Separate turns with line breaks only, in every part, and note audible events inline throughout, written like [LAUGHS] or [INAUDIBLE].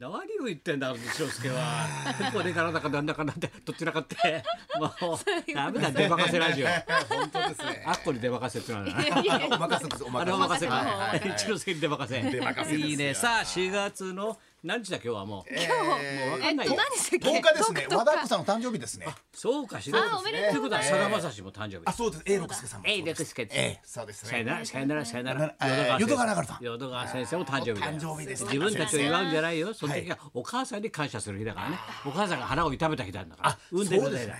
何を言ってんだ、翔介は。これからだかなんだかなんて、どちらかって。もう、ダメだ、出任せラジオ。あ
本当ですね。
っこに出任せってのはな。
お任せです。お
あれお任
任
せ
せ。
か
はいはいはい。
一之輔に出任せ。
出任せですよ
いいね。さあ、4月の何日だ、今日はもう。もうわかん
えっ
ない
と
よ。
何でしたっけ
10日ですね。
僕
和
と
田アキ子さんの誕生日ですね。
そうかしら。
あおめでとう
ということは、さだまさしも誕生日
あ、。そうです。A 六輔さんも。
えい、レクスケ
ええ、そうです
さよ
ね。
なら、さよなら、さよなら
えー。淀川流さん
淀川先生も誕生日だよ
誕生日ですね
自分たちを祝うんじゃないよ。その時はお母さんに感謝する日だからね。お母さんが腹を痛めた日なんだから。産んでくれた日だ
そう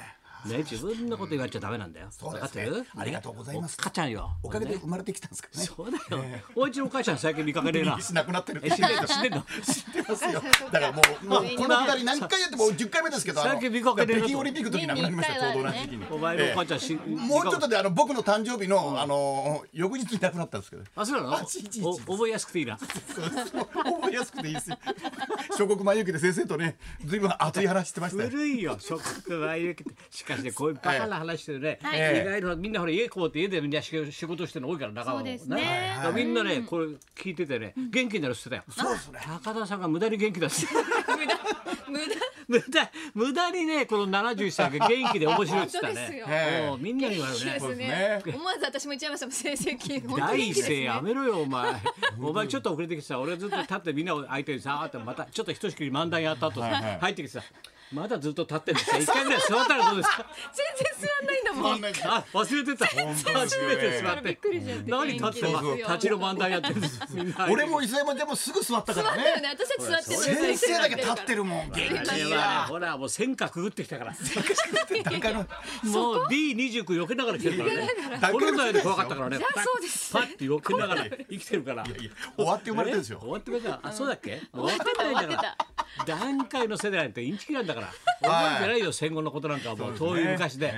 ね、自分のこと言われちゃダメなんだよ。
う
分
ですね
かってる？
ありがとうございます
ねお母ちゃんよ。
おかげで生まれてきたんですからね。
そうだよ。おうちのお母ちゃん最近見かけねえ
[LAUGHS]
な。
なくなってる。
え、死ん
[LAUGHS]
でんの、死んでんの。
知ってます [LAUGHS] よ。だからもう、もうこのくだり何回やっても10回目ですけど、あ
さ
の
っき見かけてると
北京オリンピックの時なくなりましたよ、ちょうど同じ時期に。
お前のお母ちゃん死ん。
もうちょっとであの僕の誕生日の、あの翌日に亡くなったんですけど。 [LAUGHS]
あ、そうなの
あちいちいち？
お覚えやすくていいな。
そう覚えやすくていいですよ。 [LAUGHS] 諸国前行きで先生とね、ずいぶん熱い話してましたよ。
古いよ、諸国は言うけどしかしね、
[LAUGHS]
こういうバカな話してね、、
はいい
意外とみんなほら家こうって家でみんな仕仕事してるの多いから仲間も
そうですね
だからみんなね、これ聞いててね、元気になるって言ってたよ。そう高田さんが無駄に元気だ
[LAUGHS]
し、
無駄
無駄無駄にね、この71歳が元気で面白いって言ってた
本当ですよ
ね。
ええ
もうみんなに言われるね。
そうですね
思わず私も言っちゃいましたもん成績本当に
大
元気です
勢
ね
やめろよお前お前ちょっと遅れてきてさ俺はずっと立ってみんなを相手にさあってまたちょっとひとしきり漫談やった後さ入ってきてさまだずっと立ってるんですよ一回ぐらい座ったらどうですか
全然座んないんだもん
[LAUGHS] あ忘れて [LAUGHS] た初めて座っ
びってくりしちゃって
何立ってた
元気ですよ
立ちの漫談やってるんですみんな
[LAUGHS] 俺も伊勢山ちゃんもすぐ座ったか
座っ
ら
たよね
ね。
私たち座ってるの
先
に
生だけ立ってるもん。元
あ
気
れはねほらもう戦火くぐってきたから
なんかあの
もう B29 避けながら来てるからねコロナより怖かったからね
あそうです
パッパッて避けながら生きてるから
終わって生まれてるんです
え
よ
終。わってくれた。あ、そうだっけ。終わってないんだから。段階の世代なんてインチキなんだから。覚えてないよ、戦後のことなんかはもう遠い昔で。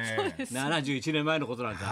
71年前のことなんか。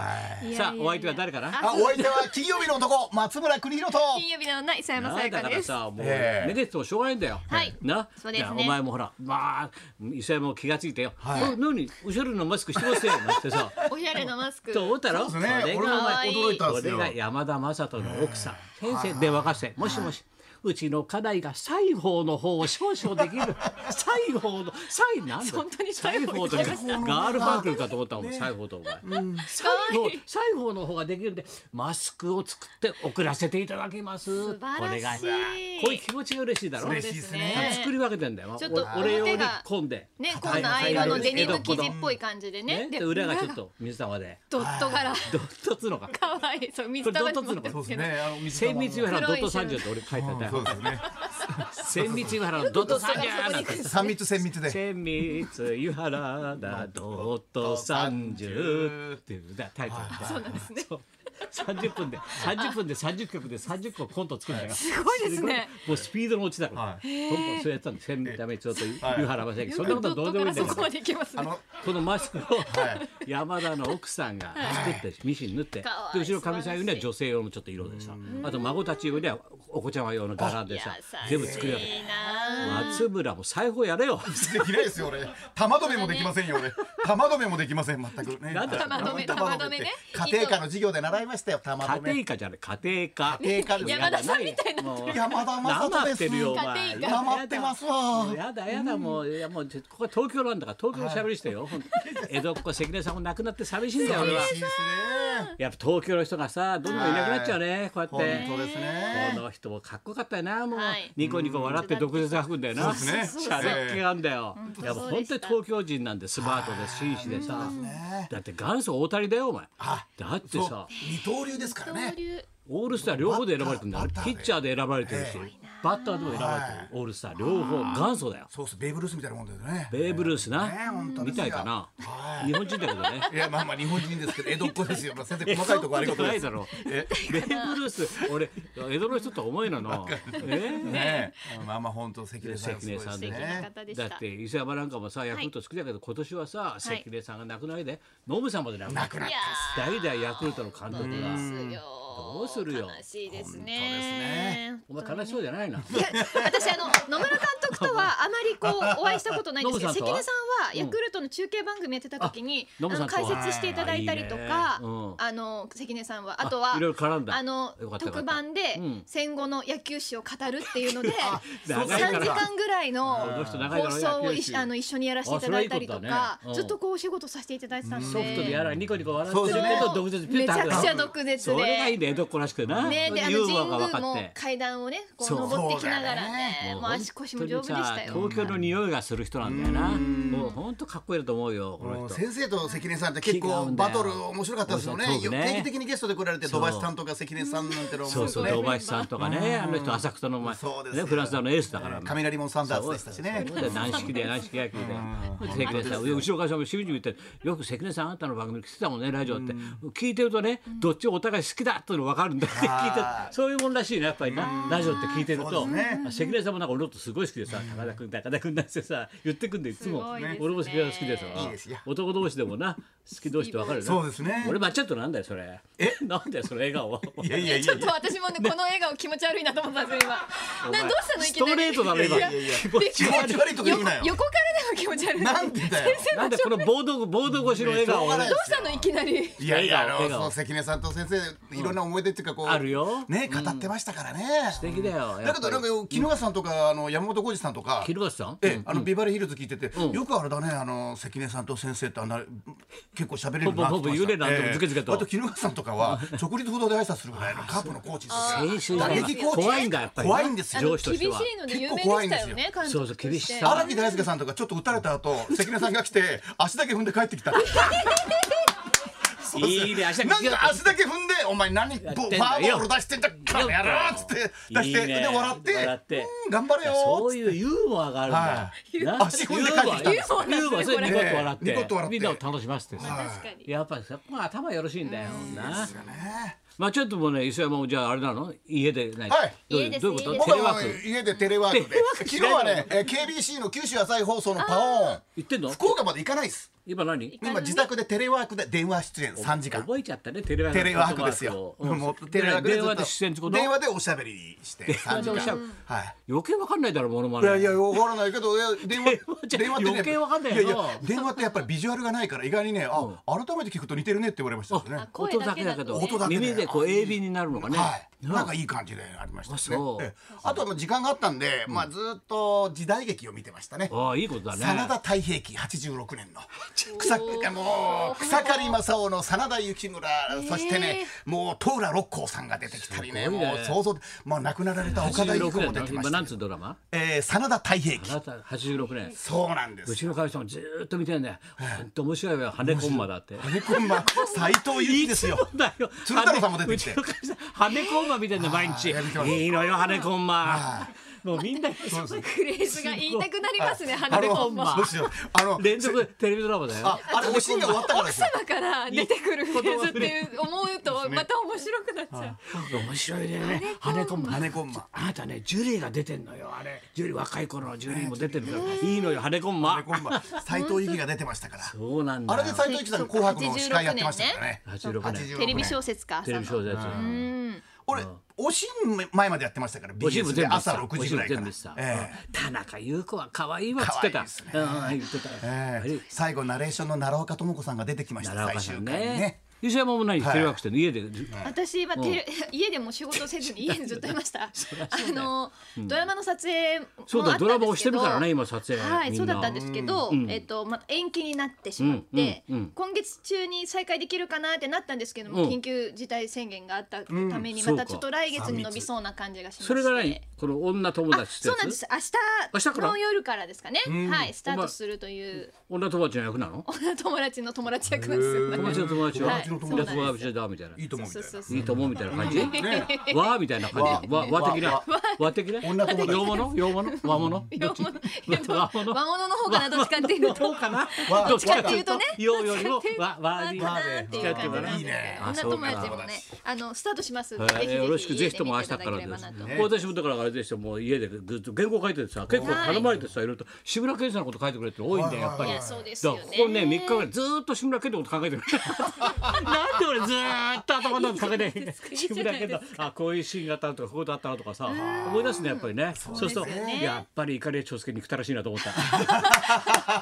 いや
さあ、
いや
お相手は誰かな。
あ、お相手は金曜日の男松村邦弘と。
金曜日のない佐山さ
な
や
んだ
か
から
です
さ、もう、
ええ
めでててもしょうがないんだよ。
はい
な、
そうですね
じゃあお前もほら、まあ、磯山も気がついてよ。お何、おしゃれなマスクしてますよ、なんてさ。
おしゃれなマスク
と思ったろ。
そうですね
それが
俺も
お前
前
驚いたん
こ
です
れ
よ。
が山田雅人の奥さん先生で任せもしもしうちの家内が西方の方を少々できる西方の西なんだ
本当に
西
西
方
方
と
と
ね
言
ガ
いま
ールパークルかと思ったもん西方とお前西方西方の方ができるんでマスクを作って送らせていただきます
素晴らしい
お願こういう気持ちが嬉しいだろ
嬉しいですね
だから作り分けてんだよ
ちょっと
お俺用に
表が
混んで
ねこんなアイロンのデニム生地っぽい感じでね
ねで
で
裏がちょっと水玉で
ドット柄
どっとつのか
可愛いそう水玉にもなって
そ
ま
う
す
で
けど
すね。あの
精密上原のドット
黒
三
い
十
白
って俺書いてあったよ
そう。です
[LAUGHS]
ね。
精密上原のドット三十なんて。
三密千密で。
精密湯原だドット三十っていうだタイトル。そうなんですね。三十分で三十分で三十曲で三十個コント作るんだよ。す
ごいですね。
もうスピードの落ちだから。
は
どんどんそうやってたんで精密上と湯原正行。そんな
よく
こと
ド
は
ッ
どう
ト
でも
か
いいんだけど
らそこま。でいきますね
あの
このマスクを山田の奥さんが作ってミシン縫ってで
かわいい
後ろかみさん用には女性用のちょっと色でさあと孫たち用にはお子ちゃま用の柄でさ全部作り上げて
いいな
松村も裁縫やれよ
できないですよ俺。玉止めもできませんよ俺。玉止めもできません全くね。
なんだ
玉止め玉止めね
家庭科の授業で習いましたよ玉
家
止め
庭。科じゃない家庭科
家庭科です
山田さんみたいな
もう
山田
な
雅
ま
人で
って
す。
るよお
な
前
家
まってますわ。
やだやだもういやもうちょここは東京なんだから東京のしゃべりしてよ、ほんと江戸っ子関根さんも亡くなって寂しいんだよ俺は
嬉しいですね。
やっぱ東京の人がさどんどんいなくなっちゃうねこうやっ
本
て。
当です
こ
ね。
の人もかっこよかったよなもう、
はい
ニコニコ笑って毒舌吐くんだよな、
うんそうですね
しゃれっ気があんだよ、
当
やっぱ
そう
本
で
当
し
に
た
東京人なんでスマートで紳士でさ、
ね
だって元祖大谷だよお前
あ
だってさ
二刀流ですからね
交。流
オールスター両方で選ばれてるんだよ
バッター
ピ
で
ッチャーで選ばれてるし、バッターでも選ばれてる、
はい
オールスター両方元祖だよ
そうですベーブルースみたいなもんだよね。
ベーブ・ルースな、
ね本当で
み
すよ
たいかな、
はい
日本人だけどね
いやまあまあ日本人です
[LAUGHS]
けど江戸っ子ですよ。まあ先生細かいとこありがとうござい
そんな
ま
こ
す。え
とないだろベーブ・ルース俺江戸の人とは思えなのえ
ねえまあまあ本当関根さんすごいです
関根さん
的な
ね。
方で
だ
し
ったて伊勢山なんかもさヤクルト好きだけど、今年はさ関根さんが亡くなりでノブさんまで亡くなった
いや
代々ヤクルトの監督が
ーですよ
どうするよ
悲しいです
ね
ね
お前悲しそうじゃないな。 [LAUGHS]
いや私あの野村監督とはあまりこうお会いしたことないんですけど
ノブさん
関
とは
根さ
ん
ヤクルトの中継番組やってた時に、
あノブ
あ
さ
の
んとは
解説していただいたりとか、
いいねうん
あの関根さんはあとは
あいろいろ絡んだ
あの
よかったよかった
特番で
うん
戦後の野球史を語るっていう
[LAUGHS]
ので、
長いか
三
ら
3時間ぐらい
こ
の
の人長いだ
放
ろ
送を
野球
い
史
あの一緒にやらせていただいたりと
あそれはいい
か
ことだねうん
ずっとこうお仕事させていただいてたんで
ソフトでやらニコニコ笑ってるけ
そ
ど毒
う
舌ピュッ
めち
と吐
ゃ
く
くちゃ毒舌
それがいいんだよ
で。
江戸っ子らしくてな
ね、であ
ユー
の神
モアが分
宮
かっ
も
て
階段をねこう
そう
登ってきながら
そうだ
ねもう足腰も丈夫でしたよ。
東京の匂いがする人なんだよなもう本当かっこいいと思うよこ
も
の
う
人
先生と関根さんって結
違う
構
んだよ
バトル面白かったですよね
面白いトークね
定期的にゲストで来られて
そう
土橋さんとか関根さんなんてのも
そうそう
ね
堂林さんとかねあの人浅草の前
そうです
ね
よ
フランスのエースだから
雷門サンダースでしたしね
そうだよ軟式で軟式野球で関根さん後ろからさんもしみじみ言ってよく関根さんあなたの番組来てたもんねラジオって聞いてるとねどっちお互い好きだっていうの分かるんだって聞いてる
あー
そういうもんらしいねやっぱりなラジオって聞いてる
そ
と
うですね
関根さんもなんか俺のことすごい好きでさ高田君高田君なんてさ言ってくんでいつも
すごいですね
俺も関根さん好きでさ
いいですよ
男同士でもな好き同士って分かるよね
そうですね
俺抹茶となんだよそれえなんだよその笑顔
いやいやい
[LAUGHS] ち
や
ょっと私もねこの笑顔気持ち悪いなと思ったんですよ今。などうしたのい
ス
き
ト
なり。
レートだろ今
いやいやいや
気持ち
気持ち悪いとか言うなよ
横からでも気持ち悪い。
なんでだよ
なんでこのボードボード越しの笑顔
しょうがない
どうしたのいきなり。
いやいやあの
笑顔
その関根さんと先生いろんな思い出っていうかこう
あるよ
ね語ってましたからね
素敵だよ
だけどなんか絹川さんとかあの山本浩二さんとか
昼さん
ええあのビバリーヒルズ聞いてて
ん
よくあれだねあの関根さんと先生ってあんな結構喋れる
ほぼ
な
ほぼ
と思って
幽霊なんてもずけずけと
ええあと絹川さんとかは直立不動で挨拶するぐらいのカープのコーチですよ
青春
打撃コーチ
怖いんだやっぱり
怖いんです
あ
よ
上
の
司と
厳
し
してい
は
ので有名で
怖いん
し
で
たよ
すよ
ね。監督
そうそう
とて
厳しさ
荒木大輔さんとかちょっと打たれ
[LAUGHS]
た後関根さんが来て足だけ踏んで帰ってきた
いいね足だけ
なんか足だけ踏んで「お前何
やっ
ファ
てんだよ
ーボール出してんだからやろ」っつって出して
いいね
で笑って
笑って
うん頑張れよ」
そう
っつっ
いうユーモアがあるんだ、
は
な
足踏んで帰ってきたん
ユ
で
ーモア
すよ
ユーモアそれニコッと笑って,、
ねニコッと笑って
みんなを楽しませて
は
さ
い
確かに。
やっぱりそこが頭よろしいんだよな
てね
まあちょっともうね磯山もじゃああれなの家でない、
はい
どういう
家です
どういうこと
家
テ
僕
レワ
は
ーク
家でテレワーク
テ
で
レワーク
昨日はねえー KBC の九州朝日放送のパオーン
行ってんの
福岡まで行かないです
今何
今自宅でテレワークで電話出演3時間
覚えちゃったねテレワーク
テレワークですよ
うん
もうテレワークでずっ
電話
と
で出演ってこと
電話でおしゃべりして3
電話
時
でおしゃ
間
べり
はい
余計わかんないだろモノマ
い
ネ
やいや、わからないけど、いや電
[LAUGHS]
話
じゃ、
電話ってね、
余計わかんないよ
いやいや、電話ってやっぱりビジュアルがないから、意外にね、あ、改めて聞くと似てるねって言われましたよね。
音だけだけど
声だけだとね
耳でこう AB になるのがね、
はい、
な
なんかいい感じでありました
あ
ね
そう。
ええあとはもう時間があったんで、まあずっと時代劇を見てましたね。
ああいいことだね
真田太平記86年の草もう草刈正雄の真田幸村、そしてねもう東浦六甲さんが出てきたりね
すごいね
もう想像で、まあ、亡くなられた岡田由
86
子も
年
出
の
てま
今な
した
ん
け
つ
ど
うドラマ
えー真田太平
あ
記
なた86年
そうなんです
うちの会社もずーっと見てんだよほんと面白いわよ羽コンマだって
羽根コンマ斎藤由貴ですよ。
だよ
鶴太郎さんも出てきて
うちの会社羽根コンマ見てんだよ毎日
やめてます
いいのよ羽根コンマ
は
もうみんな
そうそう
フレーズが言いたくなりますね。
あ
花で
の
コンマ。
どうしようあの
連続テレビドラマだよ
ああれおしんが終わったからですよ。
だから出てくるフレーズっていう思うとまた面白くなっちゃう。
面白いね羽根コンマ
羽根コンマ。
あなたねジュリーが出てんのよあれジュリー若い頃のジュリーも出てるのよいいのよ羽根コンマ
羽根コンマ。斎藤由貴が出てましたから。
そうなんだ
あ
よ
れで斎藤由貴さんの紅白の司会やってましたからね。
86年
テレビ小説か。
テレビ小説
うん。
俺おしん前までやってましたから。
おしんも
BS
全
で
部
朝6時ぐらいか
全
ら
部さ、。
ええ
田中優子は可愛いわっつってたうん言ってた、
ええ最後ナレーションの奈良岡智子さんが出てきました
奈良
最
岡さ
終
ん
回にね
ね。石山も何
はい
テレワークしてんの家で、
私今テレ [LAUGHS] 家でも仕事せずに家でずっとい
[LAUGHS]
ました。あのドラマの撮影もあったんですけ
そう
ど。
だドラマをしてるからね今撮影
はい、
みん
そ
な
うだったんですけど、えっとまた延期になってしまって、
うんうんうん
今月中に再開できるかなってなったんですけども、
うん
緊急事態宣言があったために、
うん
またちょっ
そう
と来月に伸びそうな感じがしまして。
それが何この女友
あ、
達って
そ
や
うなんで
つ
す。明日
明日から
の夜からですかね。はい、スタートするという
女友達の役なの
[LAUGHS] 友達の友達役なんですよ。
友達の友達は、
はい
友
そうなんですよ
達だみたいない
いと思うみた
そ
いう
そう
な。
そう
いいと思うみたいな感じ
ね
わーみたいな感じわ
わ
和的な
わ
和的な
女友達
洋物洋物和物ど
和
っち
物いやど
[LAUGHS]
う
和物
和物の方かなどっちかっていうと。
どうかな
わ
どっちかっていう
ど
と
っちかっていう
洋よりも和和
和
に
かなっていう感じなん
い
です
いね
女友達もね、あのスタートしますんで。ぜひぜひ
よろしくぜひとも明日から
家で
で
見ていただ
す
ければなと。
私もだからあれでしたもう家でずっと原稿書いててさ結構頼まれてさいろいろと志村けんさんのこと書いてくれって多いんだよやっぱりだ
いや
か
そうです
ら
よ
こ
ね。
こね3日ぐらいずーっと志村けんのこと考えてくれなんで俺ずーっと頭の中で考えて自分だけどあこういうシーンがあったなとかこうだったなとかさ思い出すねやっぱりねそうすると
そうですよね
やっぱり怒り長介憎たらしいなと思った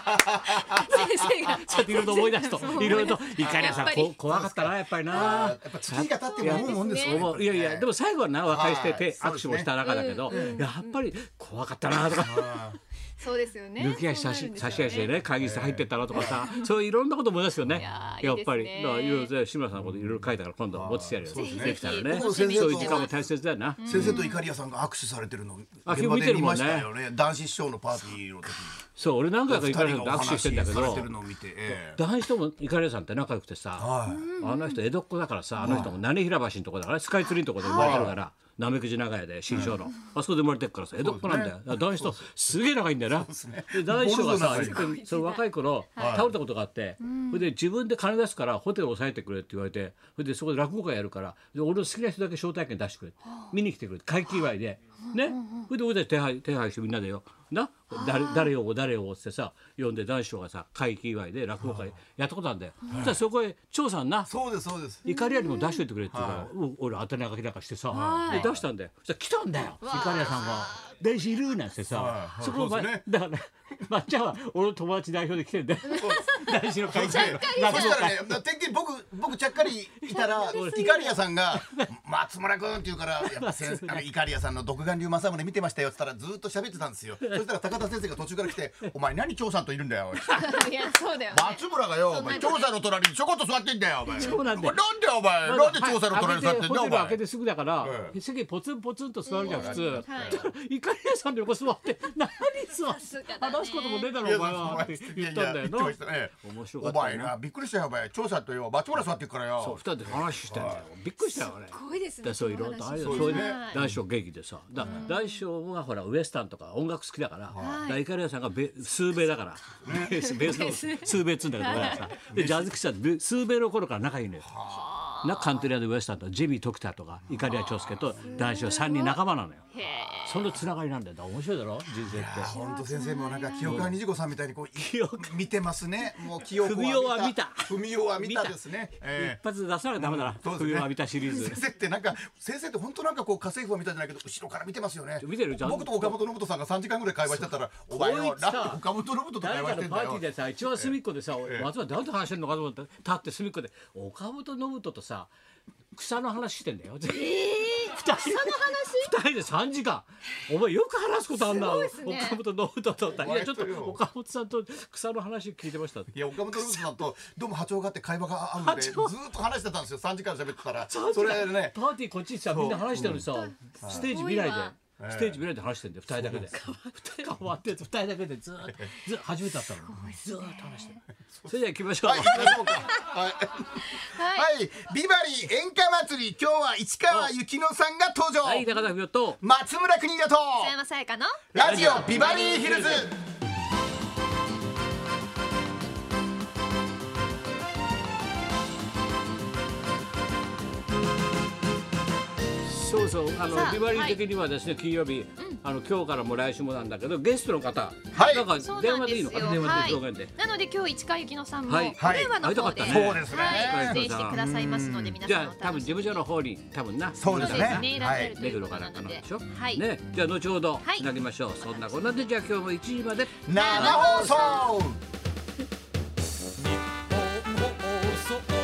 生が
ちょっといろいろ思い出すと
そう
いろいろと怒りは
やっ
さ
ぱり
こ怖かったなやっぱり
あー
な
やっぱ月日が経っても思うもんですよ
思ういやいやで
も
も最後はな和解して
はい
手握手もした中だけど
うん
やっぱり怖かったなとか。
そうですよね
抜き足
そう
差し
なるんですよ
差し足でね会議室入ってったらとかさ、そういういろんなこと思い出すよね。
やー
やっぱり
いいですね
だからいろいろね志村さんのこといろいろ書いたから今度持ってきてやるよ。
そう
ですね
できたらね。
僕も
そう
先
い
生と
う時間も大切だよな。
先生といかりやさんが握手されてるの
あ
現
今
場
日見て
で
る
見
もん
ま
ね
したよね男子師匠のパーティーの時
そう俺何回か
に
イカレさん
お
と
話
握手してんだけ
されてる
ど、
のを見てええ
男子ともイカレさんって仲良くてさ、
はい
あの人江戸っ子だからさ、あの人も七平橋のとこだからスカイツリーのとこで生まれてるから。なめくじ長屋で新庄の、あそこで生まれてるからさ江戸っ子なんだよ、だから男子とすげえ仲いいんだよな
すね
で男子がさ
ボロボロ仲いい
一回その若い頃倒れたことがあって、それで自分で金出すからホテル押さえてくれって言われてそれでそこで落語会やるからで俺の好きな人だけ招待券出してくれ見に来てくれって会期祝いでねそれで俺たち手配手配してみんなでよな誰誰よ誰よってさ呼んで男子がさ会期祝いで落語会やったことあるんだよ、そしたらそこへ長さんな
そうですそうです
怒りよりも出しといてくれって言うから、うん俺当たり書きなんかしてさ、
はい
で出したんだよそしたら来たんだよ怒り屋さんが「弟子いる?」なんてさ、
はい
そこま、
そうですね
だからまっちゃんは俺の友達代表で来て
[LAUGHS]
んだよ大師の会長の
そしたらね、てっきり僕、僕ちゃっかりいたら、イカリアさんが。松村君って言うから、やっぱ先生、あのイカリアさんの独眼竜政宗見てましたよって言ったら、ずっと喋ってたんですよ。そしたら、高田先生が途中から来て、お前何長さんといるんだよ。おい
いやそうだよね
松村がよ、お前長さんの隣にちょこっと座ってんだよ、お前。
そうなんだよ
なんでお前、なんで長さんの隣に座ってんだよ、お
ホテル開け
前。
てすぐだから、
ええ
席ポツンポツンと座るじゃん、普通、
はい
怒り屋さんの横座って何座っ
すが
て
だね
話すこともねえだろお前はって言ったんだよな面白か
お
った
前
よ
な
な
びっくりしたよお前長さんとよ松村座ってっからよ
そう二人で話してたんだよびっくりしたよあれ
すごいですね
でそういろいろとああいう
そう
そうい
ですね
う大将劇でさだ大将はほらウエスタンとか音楽好きだからだからイカリアさんがベ数米だからベー [LAUGHS] スベースの数米っつうんだけど俺らさでジャズ喫茶で数米の頃から仲いいのよ。なカントリアでウエスタンとジェミー・トクターとかイカリア長介と大将3人仲間なのよ。
へえ
そのつながりなんだよだから面白いだろ人生って。
本当先生もなんか清川二子さんみたいにこうい見てますね。もう清子
文雄は見た
文雄は見たですね。
一
ええ
発で出さなきゃダメだな。
そうですね
冬を浴びたシリーズ
先。生ってなんか先生って本当なんかこう家政婦は見たじゃないけど後ろから見てますよね。
見てるじゃん
僕と岡本信人さんが三時間ぐらい会話してたらお前
こ
よ
いつ
な
さ
んで岡本信人と会
誰
話
か
して
の
ん
パ
だ
ーティ
よ
ー。でさ一番隅っこでさ俺松村誰と話してんのかと思って立って隅っこで岡本信人とさ草の話してんだよ。え草の [LAUGHS] 話 ?2 人で3時間お前よく話すことあんな、
っすね
岡本信人といやちょっ
割とよ
と岡本さんと草の話聞いてましたって
いや岡本信人さんとどうも波長があって会話が合うのでず
波
ー
長
っと話してたんですよ三時間喋ってたら
パーテ
そ
ィー
れ
[LAUGHS]
ね
パーティーこっちさみんな話してるのにさ、ステージ見ないで
多いわ。
ステージ見ないで話してんだよ二人だけで [LAUGHS] 変わって二人だけでずーっとずー初めて会ったのずーっと話してるそれでは行きましょう、
はい行きましょうかはいはいビバリー演歌祭り今日は市川由紀乃さんが登場
はい、中田文夫と
松村邦だと
北山さやかの
ラジオビバリーヒルズ
そうそう、あの
さあ
ビバリー的にはですね、金曜日、あの今日からも来週もなんだけど、ゲストの方、
はい
なんか
そう
電
なん
話
で
ですいい
よ
のか、電話
は
で表現で。
いなので今日市川由紀乃さんも
は
お
い
電話の
はい
方で
会いたかったね
そうですね
はい出演してくださいますので皆
じ
さんお
ゃ
楽しみ
あ多分事務所の方に多分な、
そうです
そう
ね
ですねいらっしゃ
はい
ると
目
いうこ
黒
と
か
な
なんか
の
なんで
で
しょ。
はい
ね、じゃあ後ほど
はい
つなぎましょう。そんなこんなでじゃあ今日も1時まで。
生放送
放送